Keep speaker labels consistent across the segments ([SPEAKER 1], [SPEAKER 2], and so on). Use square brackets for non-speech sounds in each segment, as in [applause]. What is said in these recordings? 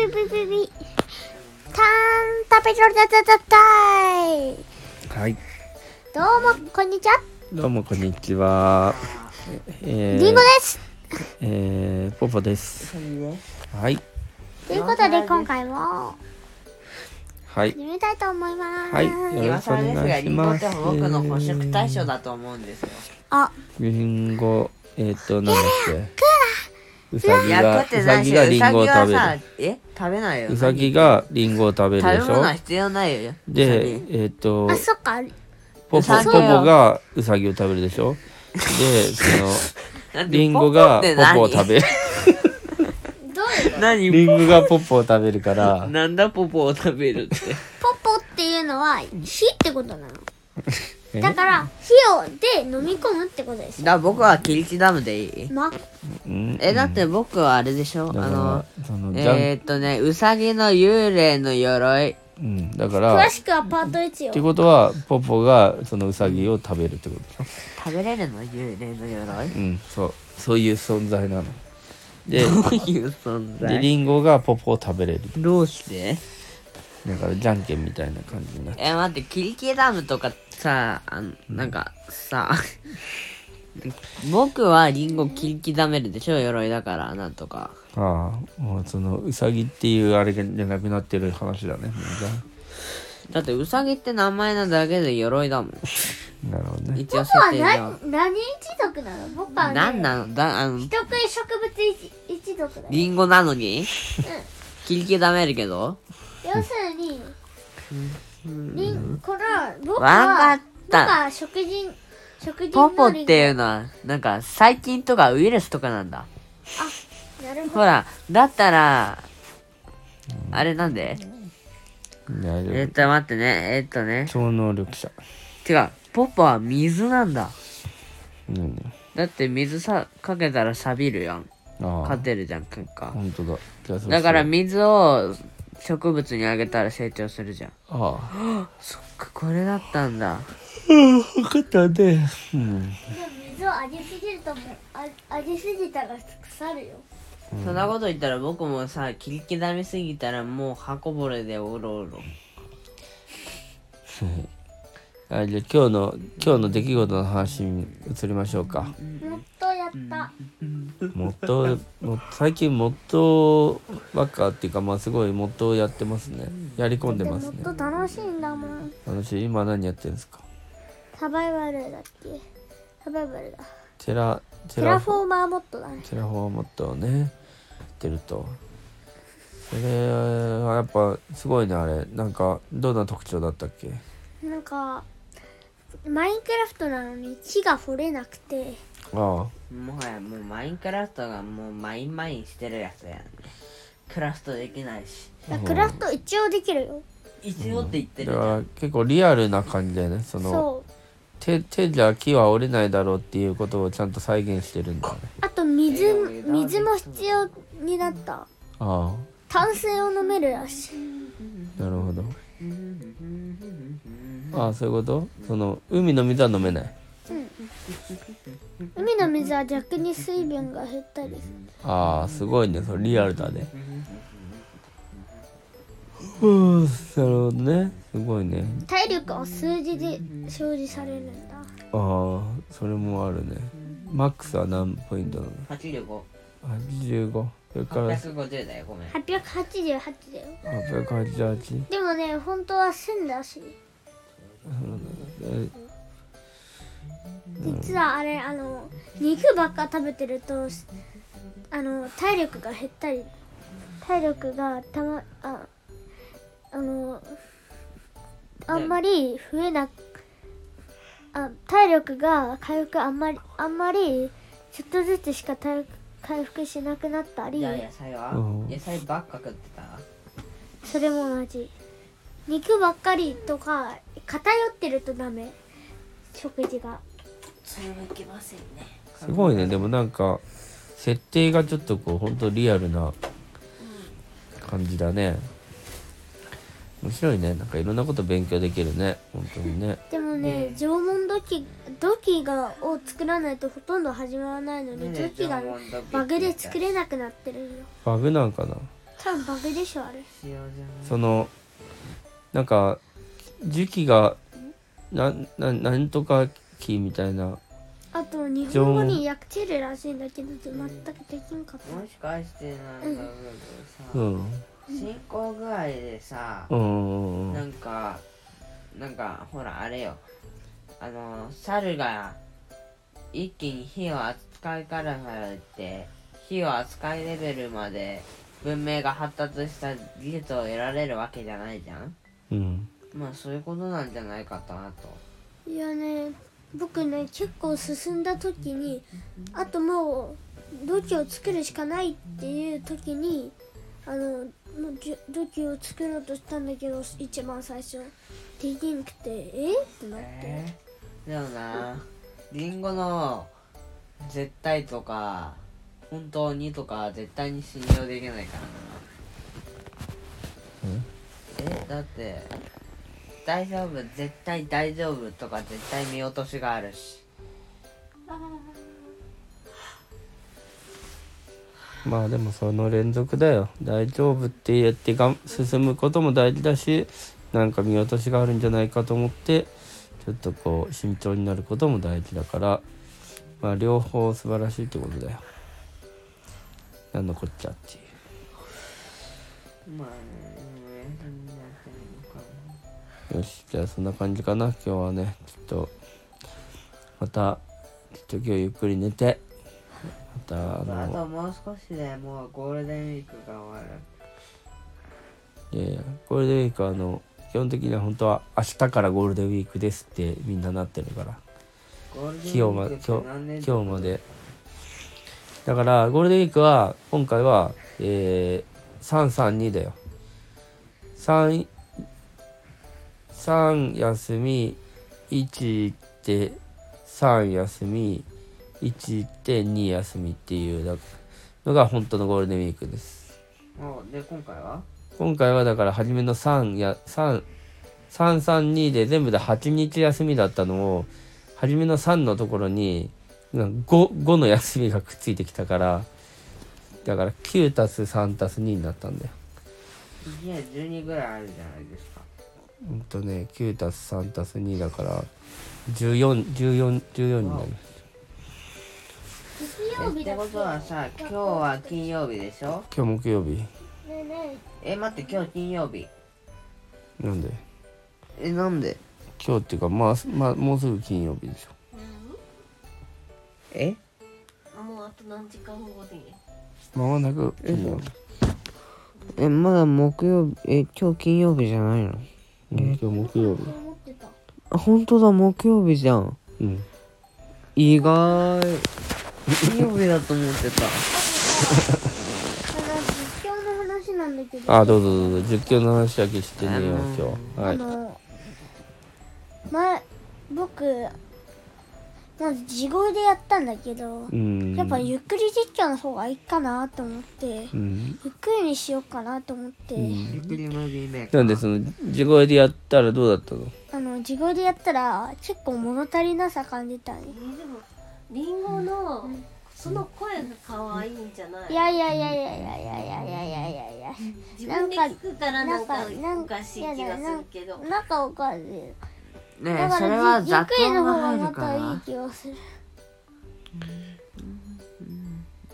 [SPEAKER 1] いターン食べろだだだだい
[SPEAKER 2] はい。
[SPEAKER 1] どうもこんにちは
[SPEAKER 2] どうもこんにちは。えー
[SPEAKER 1] りんごです
[SPEAKER 2] えー、ポポです。はい。
[SPEAKER 1] ということで今回も
[SPEAKER 2] はい
[SPEAKER 1] 始。めたいと思います
[SPEAKER 2] はい。よろ
[SPEAKER 3] 今
[SPEAKER 2] しくお
[SPEAKER 3] 更です
[SPEAKER 2] 願
[SPEAKER 3] が、
[SPEAKER 2] いし
[SPEAKER 3] リンゴ
[SPEAKER 2] ま
[SPEAKER 3] って
[SPEAKER 2] す。
[SPEAKER 3] 保護区の捕食対象だと思うんですよ。
[SPEAKER 1] あ
[SPEAKER 2] リンゴ、えっ、ー、と、なんだっけ。うさぎ
[SPEAKER 3] いや、だ
[SPEAKER 2] が、
[SPEAKER 3] って
[SPEAKER 2] う
[SPEAKER 3] な
[SPEAKER 2] さ
[SPEAKER 3] い
[SPEAKER 2] ぎ
[SPEAKER 3] し、
[SPEAKER 2] が
[SPEAKER 3] ウ
[SPEAKER 2] リ
[SPEAKER 3] サ
[SPEAKER 2] ン
[SPEAKER 3] ギ
[SPEAKER 2] ゴを
[SPEAKER 3] は
[SPEAKER 2] 食べ
[SPEAKER 3] さ
[SPEAKER 2] る。、
[SPEAKER 3] え食べないよ。
[SPEAKER 2] うさぎがリンゴを食べるでし
[SPEAKER 3] 食べ物
[SPEAKER 2] ょ
[SPEAKER 3] は。必要ないよ。
[SPEAKER 2] で、えっ、ー、と
[SPEAKER 1] あ、そっか
[SPEAKER 2] ポポ、ポ
[SPEAKER 3] うさぎ
[SPEAKER 2] ポ
[SPEAKER 3] は
[SPEAKER 2] がうさぎを食べるでしょ。で、その、
[SPEAKER 3] [laughs]
[SPEAKER 2] リンゴがポポを食べる。 [laughs]
[SPEAKER 1] どういう
[SPEAKER 3] 何
[SPEAKER 2] リンゴがポッポを食べるから、
[SPEAKER 3] なんだポポを食べるって。
[SPEAKER 1] ポポっていうのは火ってことなの
[SPEAKER 2] [laughs] え
[SPEAKER 1] だから火をで飲み込むってことですよ
[SPEAKER 3] だ、僕はキリチダムでいい
[SPEAKER 1] ま
[SPEAKER 2] うん
[SPEAKER 3] え、だって僕はあれでしょ
[SPEAKER 2] だ
[SPEAKER 3] あ
[SPEAKER 2] か
[SPEAKER 3] の、
[SPEAKER 2] ら、その、じゃん、
[SPEAKER 3] えーっとね、ウサギの幽霊の鎧。
[SPEAKER 2] うん、だから、
[SPEAKER 1] 詳
[SPEAKER 2] っ
[SPEAKER 1] しくはパート1よ
[SPEAKER 2] てことは、ポポがそのウサギを食べるってことでしょ。
[SPEAKER 3] 食べれるの幽霊の鎧
[SPEAKER 2] うん、そう。そういう存在なの。で、
[SPEAKER 3] どういう存
[SPEAKER 2] で
[SPEAKER 3] 在
[SPEAKER 2] リンゴがポポを食べれる。
[SPEAKER 3] どうして
[SPEAKER 2] だから、じゃんけんみたいな感じになって。
[SPEAKER 3] え待ってキリキダムとかさあのなんかさ [laughs] 僕はリンゴキリキダメるでしょ鎧だからなんとか
[SPEAKER 2] ああ、もうその、ウサギっていうあれがじゃなくなってる話だね。もうじ
[SPEAKER 3] だってウサギって名前なだけで鎧だもん
[SPEAKER 2] ゃんなるほどね。
[SPEAKER 3] 一応
[SPEAKER 1] ポ
[SPEAKER 3] 設
[SPEAKER 1] は
[SPEAKER 3] 定上
[SPEAKER 1] 何何一族なのポポはね
[SPEAKER 3] 何なのだあの
[SPEAKER 1] 人食い植物一一族だよ
[SPEAKER 3] リンゴなのにキリキダメるけど
[SPEAKER 1] 要するに、りんこの僕
[SPEAKER 3] わか
[SPEAKER 1] は
[SPEAKER 3] っ
[SPEAKER 1] 僕
[SPEAKER 3] た
[SPEAKER 1] は食人食人
[SPEAKER 3] ポ
[SPEAKER 1] の
[SPEAKER 3] ポっ
[SPEAKER 1] りん
[SPEAKER 3] ていうのはなんか細菌とかウイルスとかなんだ
[SPEAKER 1] あなるほ
[SPEAKER 3] ほ
[SPEAKER 1] ど
[SPEAKER 3] らだったらあれなんで
[SPEAKER 2] 大丈
[SPEAKER 3] えっと待ってねえっとね
[SPEAKER 2] 夫。超能力者。
[SPEAKER 3] 違うポポは水なんだ
[SPEAKER 2] うん、
[SPEAKER 3] だって水さかけたら錆びるやん
[SPEAKER 2] ああ、
[SPEAKER 3] 勝てるじゃん結果
[SPEAKER 2] 本当だ。じゃあそうしよう
[SPEAKER 3] だから水を植物にあげたら成長するじゃん
[SPEAKER 2] ああ。
[SPEAKER 3] そっかこれだったんだ
[SPEAKER 2] うん、分かったね。うん。
[SPEAKER 1] でも水をあげすぎるともうああげすぎたら腐るよ
[SPEAKER 3] そんなこと言ったら僕もさ切り刻みすぎたらもう刃こぼれでおろおろ
[SPEAKER 2] あじゃあ今日の今日の出来事の話に移りましょうか。
[SPEAKER 1] もっとやった
[SPEAKER 2] もっとも最近もっとばっかっていうかまあすごいもっとやってますね。やり込んで
[SPEAKER 1] でもも
[SPEAKER 2] ます
[SPEAKER 1] っ
[SPEAKER 2] ね。
[SPEAKER 1] と楽しいんだもん
[SPEAKER 2] 私今何やってるんですか。
[SPEAKER 1] サバイバルだっけサバイバルだ
[SPEAKER 2] テラテ
[SPEAKER 1] テラ
[SPEAKER 2] ラ
[SPEAKER 1] フォーマーモッドだね
[SPEAKER 2] テラフォーマットをねやってると。それはやっぱすごいねあれなんかどんな特徴だったっけ。
[SPEAKER 1] なんかマインクラフトなのに木が掘れなくて
[SPEAKER 2] ああ
[SPEAKER 3] もはやもうマインクラフトがもうマインマインしてるやつやんねクラフトできないし
[SPEAKER 1] だからクラフト一応できるよ
[SPEAKER 3] 一応って言っ。て
[SPEAKER 2] だ
[SPEAKER 3] る
[SPEAKER 2] か
[SPEAKER 3] じゃん
[SPEAKER 2] ら結構リアルな感じだよねその。
[SPEAKER 1] そう
[SPEAKER 2] 手手じゃ木は折れないだろうっていうことをちゃんと再現してるんだね
[SPEAKER 1] あと水水も必要になった
[SPEAKER 2] あ
[SPEAKER 1] 淡水を飲めるらしい
[SPEAKER 2] あなるほどああそういうことその海の水は飲めない
[SPEAKER 1] 海の水は逆に水分が減ったりする
[SPEAKER 2] ああすごいねそれリアルだねうんなるほどねすごいね
[SPEAKER 1] 体力は数字で表示されるんだ
[SPEAKER 2] ああそれもあるねマックスは何ポイントなの
[SPEAKER 3] 85
[SPEAKER 2] 85それから
[SPEAKER 3] 850だよごめん
[SPEAKER 1] 888だよ
[SPEAKER 2] 888
[SPEAKER 1] でもね本当は1000だし
[SPEAKER 2] え
[SPEAKER 1] 実はあれあの肉ばっか食べてるとあの体力が減ったり体力がたまああのあんまり増えなあ体力が回復あんまりあんまりちょっとずつしか体力回復しなくなったり
[SPEAKER 3] じゃあ野菜は
[SPEAKER 2] うん
[SPEAKER 3] 野菜ばっか食ってた
[SPEAKER 1] それも同じ肉ばっかりとか偏ってるとダメ食事が
[SPEAKER 2] すごいねでもなんか設定がちょっとこう本当リアルな感じだね面白いねなんかいろんなこと勉強できるね本当にね
[SPEAKER 1] でもね、縄文土器土器がを作らないとほとんど始まらないのに、
[SPEAKER 3] ね
[SPEAKER 1] 土器が
[SPEAKER 3] 縄文土器
[SPEAKER 1] バグで作れなくなってるよ
[SPEAKER 2] バグなんかな
[SPEAKER 1] 多多分バグでしょあれ
[SPEAKER 3] 必要じゃない
[SPEAKER 2] そのなんか時期がなななんとか期みたいな
[SPEAKER 1] あと2分後にやってるらしいんだけど全くできんかっ
[SPEAKER 3] もしかしてなんか
[SPEAKER 2] う
[SPEAKER 3] さ、
[SPEAKER 2] ん
[SPEAKER 3] 進行具合でさ、
[SPEAKER 2] うんうんう
[SPEAKER 3] なんんかなんかほらあれよあの猿が一気に火を扱いからからって火を扱いレベルまで文明が発達した技術を得られるわけじゃないじゃん
[SPEAKER 2] うん
[SPEAKER 3] まあそういうことなんじゃないかなと
[SPEAKER 1] たいやね僕ね結構進んだ時にあともう土器を作るしかないっていう時にあのもうじゅ土器を作ろうとしたんだけど一番最初できんくてえってなって、
[SPEAKER 3] えー、でもなリンゴの絶対とか本当にとか絶対に信用できないからなえだって大丈夫絶対大丈夫とか絶対見落としがあるし
[SPEAKER 2] まあでもその連続だよ大丈夫ってやってがん進むことも大事だしなんか見落としがあるんじゃないかと思ってちょっとこう慎重になることも大事だからまあ両方素晴らしいってことだよなんのこっちゃっていう
[SPEAKER 3] まあねでもやるんじゃないのかな
[SPEAKER 2] よしじゃあそんな感じかな今日はねちょっとまたちょっと今日ゆっくり寝てまたあ
[SPEAKER 3] あ
[SPEAKER 2] の
[SPEAKER 3] ともう少しでもうゴールデンウィークが終わる
[SPEAKER 2] いやいやゴールデンウィークはあの基本的には本当は明日からゴールデンウィークですってみんななってるから
[SPEAKER 3] ゴールデンウ
[SPEAKER 2] 今日
[SPEAKER 3] ィー
[SPEAKER 2] ま
[SPEAKER 3] ク
[SPEAKER 2] で
[SPEAKER 3] って
[SPEAKER 2] 今
[SPEAKER 3] 何年
[SPEAKER 2] 日今日までだからゴールデンウィークは今回は、えー、332だよ3 3休み1行って3休み1行って2休みっていうだのが本当のゴールデンウィークです
[SPEAKER 3] もうで今回は
[SPEAKER 2] 今回はだから初めの3や3 332で全部で8日休みだったのを初めの3のところに5 5の休みがくっついてきたからだから9たす3たす2になったんだよ。
[SPEAKER 3] いや12ぐらいあるじゃないですか
[SPEAKER 2] うんとね9たす3たす2だから1414になる。
[SPEAKER 1] 金
[SPEAKER 3] えってことはさ今日は金曜日でしょ
[SPEAKER 2] 今日木曜日
[SPEAKER 1] ねえねえ
[SPEAKER 3] え待って今日金曜日
[SPEAKER 2] なんで
[SPEAKER 3] えなんで
[SPEAKER 2] 今日っていうかまあ、まあ、もうすぐ金曜日でしょ。
[SPEAKER 3] え
[SPEAKER 4] もうあと何時間後でいい
[SPEAKER 2] まもなく金曜日。
[SPEAKER 3] えまだ木曜日え今日金曜日じゃないの
[SPEAKER 2] うん、今日木曜日。
[SPEAKER 1] 思ってた
[SPEAKER 3] あ本当だ木曜日じゃん
[SPEAKER 2] うん。
[SPEAKER 3] 意外金曜日だと思ってた
[SPEAKER 1] あの実況の話なんだけど
[SPEAKER 2] あ、どうぞどうぞ。実況の話だけしてねよう、今日。は
[SPEAKER 1] あ
[SPEAKER 2] い。
[SPEAKER 1] の前僕まず自業でやったんだけど
[SPEAKER 2] うん。
[SPEAKER 1] やっぱゆっくり実況の方がいいかなと思って
[SPEAKER 2] うん。
[SPEAKER 1] ゆっくりにしようかなと思って、
[SPEAKER 3] びっくりムービーメーカー
[SPEAKER 2] なんでその地声でやったらどうだったの
[SPEAKER 1] あの自業でやったら結構物足りなさ感じたね
[SPEAKER 4] でもリンゴのその声が可愛いんじゃない
[SPEAKER 1] いやいやいやいやいやいやいやいやいやいやいや
[SPEAKER 4] 自分で聞くからなんか
[SPEAKER 1] なんか
[SPEAKER 4] おかしい気がするけど
[SPEAKER 1] なんかおかしい
[SPEAKER 3] ね
[SPEAKER 1] だ
[SPEAKER 3] えそ
[SPEAKER 1] か
[SPEAKER 3] れ
[SPEAKER 1] ら
[SPEAKER 3] は
[SPEAKER 1] じゆっ
[SPEAKER 3] 雑
[SPEAKER 1] くり
[SPEAKER 3] 音
[SPEAKER 1] の
[SPEAKER 3] が
[SPEAKER 1] 方が
[SPEAKER 3] 入
[SPEAKER 1] ま
[SPEAKER 3] るか
[SPEAKER 1] たいい
[SPEAKER 3] ら
[SPEAKER 1] 気がする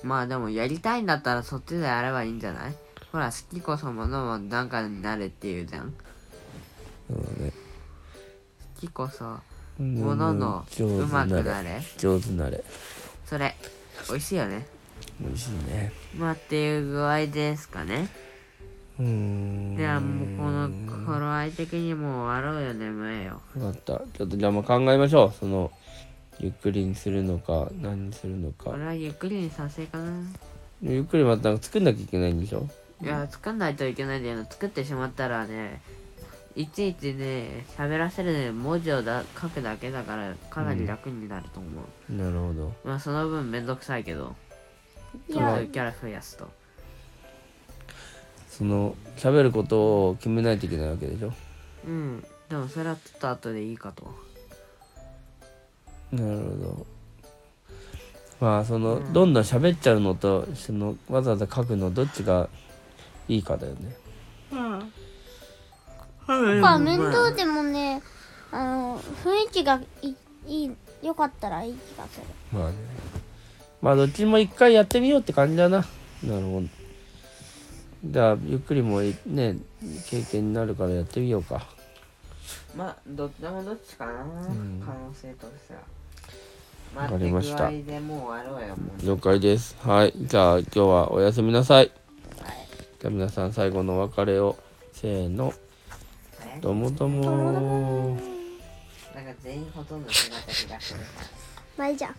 [SPEAKER 3] まあでもやりたいんだったらそっちでやればいいんじゃないほら好きこそものもなんかになれっていうじゃん
[SPEAKER 2] そうね。
[SPEAKER 3] 好きこそもの
[SPEAKER 2] 物
[SPEAKER 3] のう
[SPEAKER 2] 上手
[SPEAKER 3] まく
[SPEAKER 2] にな
[SPEAKER 3] な
[SPEAKER 2] れ。
[SPEAKER 3] れ
[SPEAKER 2] 上手になれ。
[SPEAKER 3] それ美味しいよね
[SPEAKER 2] 美味しいね。
[SPEAKER 3] まあっていう具合ですかね
[SPEAKER 2] うーん。
[SPEAKER 3] ではもうこの頃合い的にもう終わろうよ眠えよ
[SPEAKER 2] わかった。ちょっとじゃあまあ考えましょう。その、ゆっくりにするのか、何にするのか
[SPEAKER 3] 俺。はゆっくりにさせかな
[SPEAKER 2] ゆっくりまたなんか作んなきゃいけないんでしょ
[SPEAKER 3] いや作んないといけないんだよ作ってしまったらねいちいちね喋らせるね文字をだ書くだけだからかなり楽になると思う、
[SPEAKER 2] なるほど。
[SPEAKER 3] まあその分めんどくさいけど
[SPEAKER 1] い
[SPEAKER 3] ちょ
[SPEAKER 1] や
[SPEAKER 3] っとキャラ増やすと
[SPEAKER 2] その、喋ることを決めないといけないわけでしょ
[SPEAKER 3] うんでもそれはちょっと後でいいかと
[SPEAKER 2] なるほど。まあその、どんどん喋っちゃうのとそのわざわざ書くのどっちがいいかだよね
[SPEAKER 5] うん
[SPEAKER 1] だから面倒でもねあの雰囲気がいいい良かったらいい気がする
[SPEAKER 2] まあねまあどっちも一回やってみようって感じだななるほどじゃあゆっくりもうね経験になるからやってみようか
[SPEAKER 3] まあどっちもどっちかな、可能性としては
[SPEAKER 2] わかりました
[SPEAKER 3] 待って具合でもう終わろうよもう
[SPEAKER 2] 了解ですはいじゃあ今日はおやすみなさいじゃあ皆さん最後のお別れをせーのどうもどうも
[SPEAKER 3] なんか全員ほとんど違った気がする
[SPEAKER 1] まあいいじゃん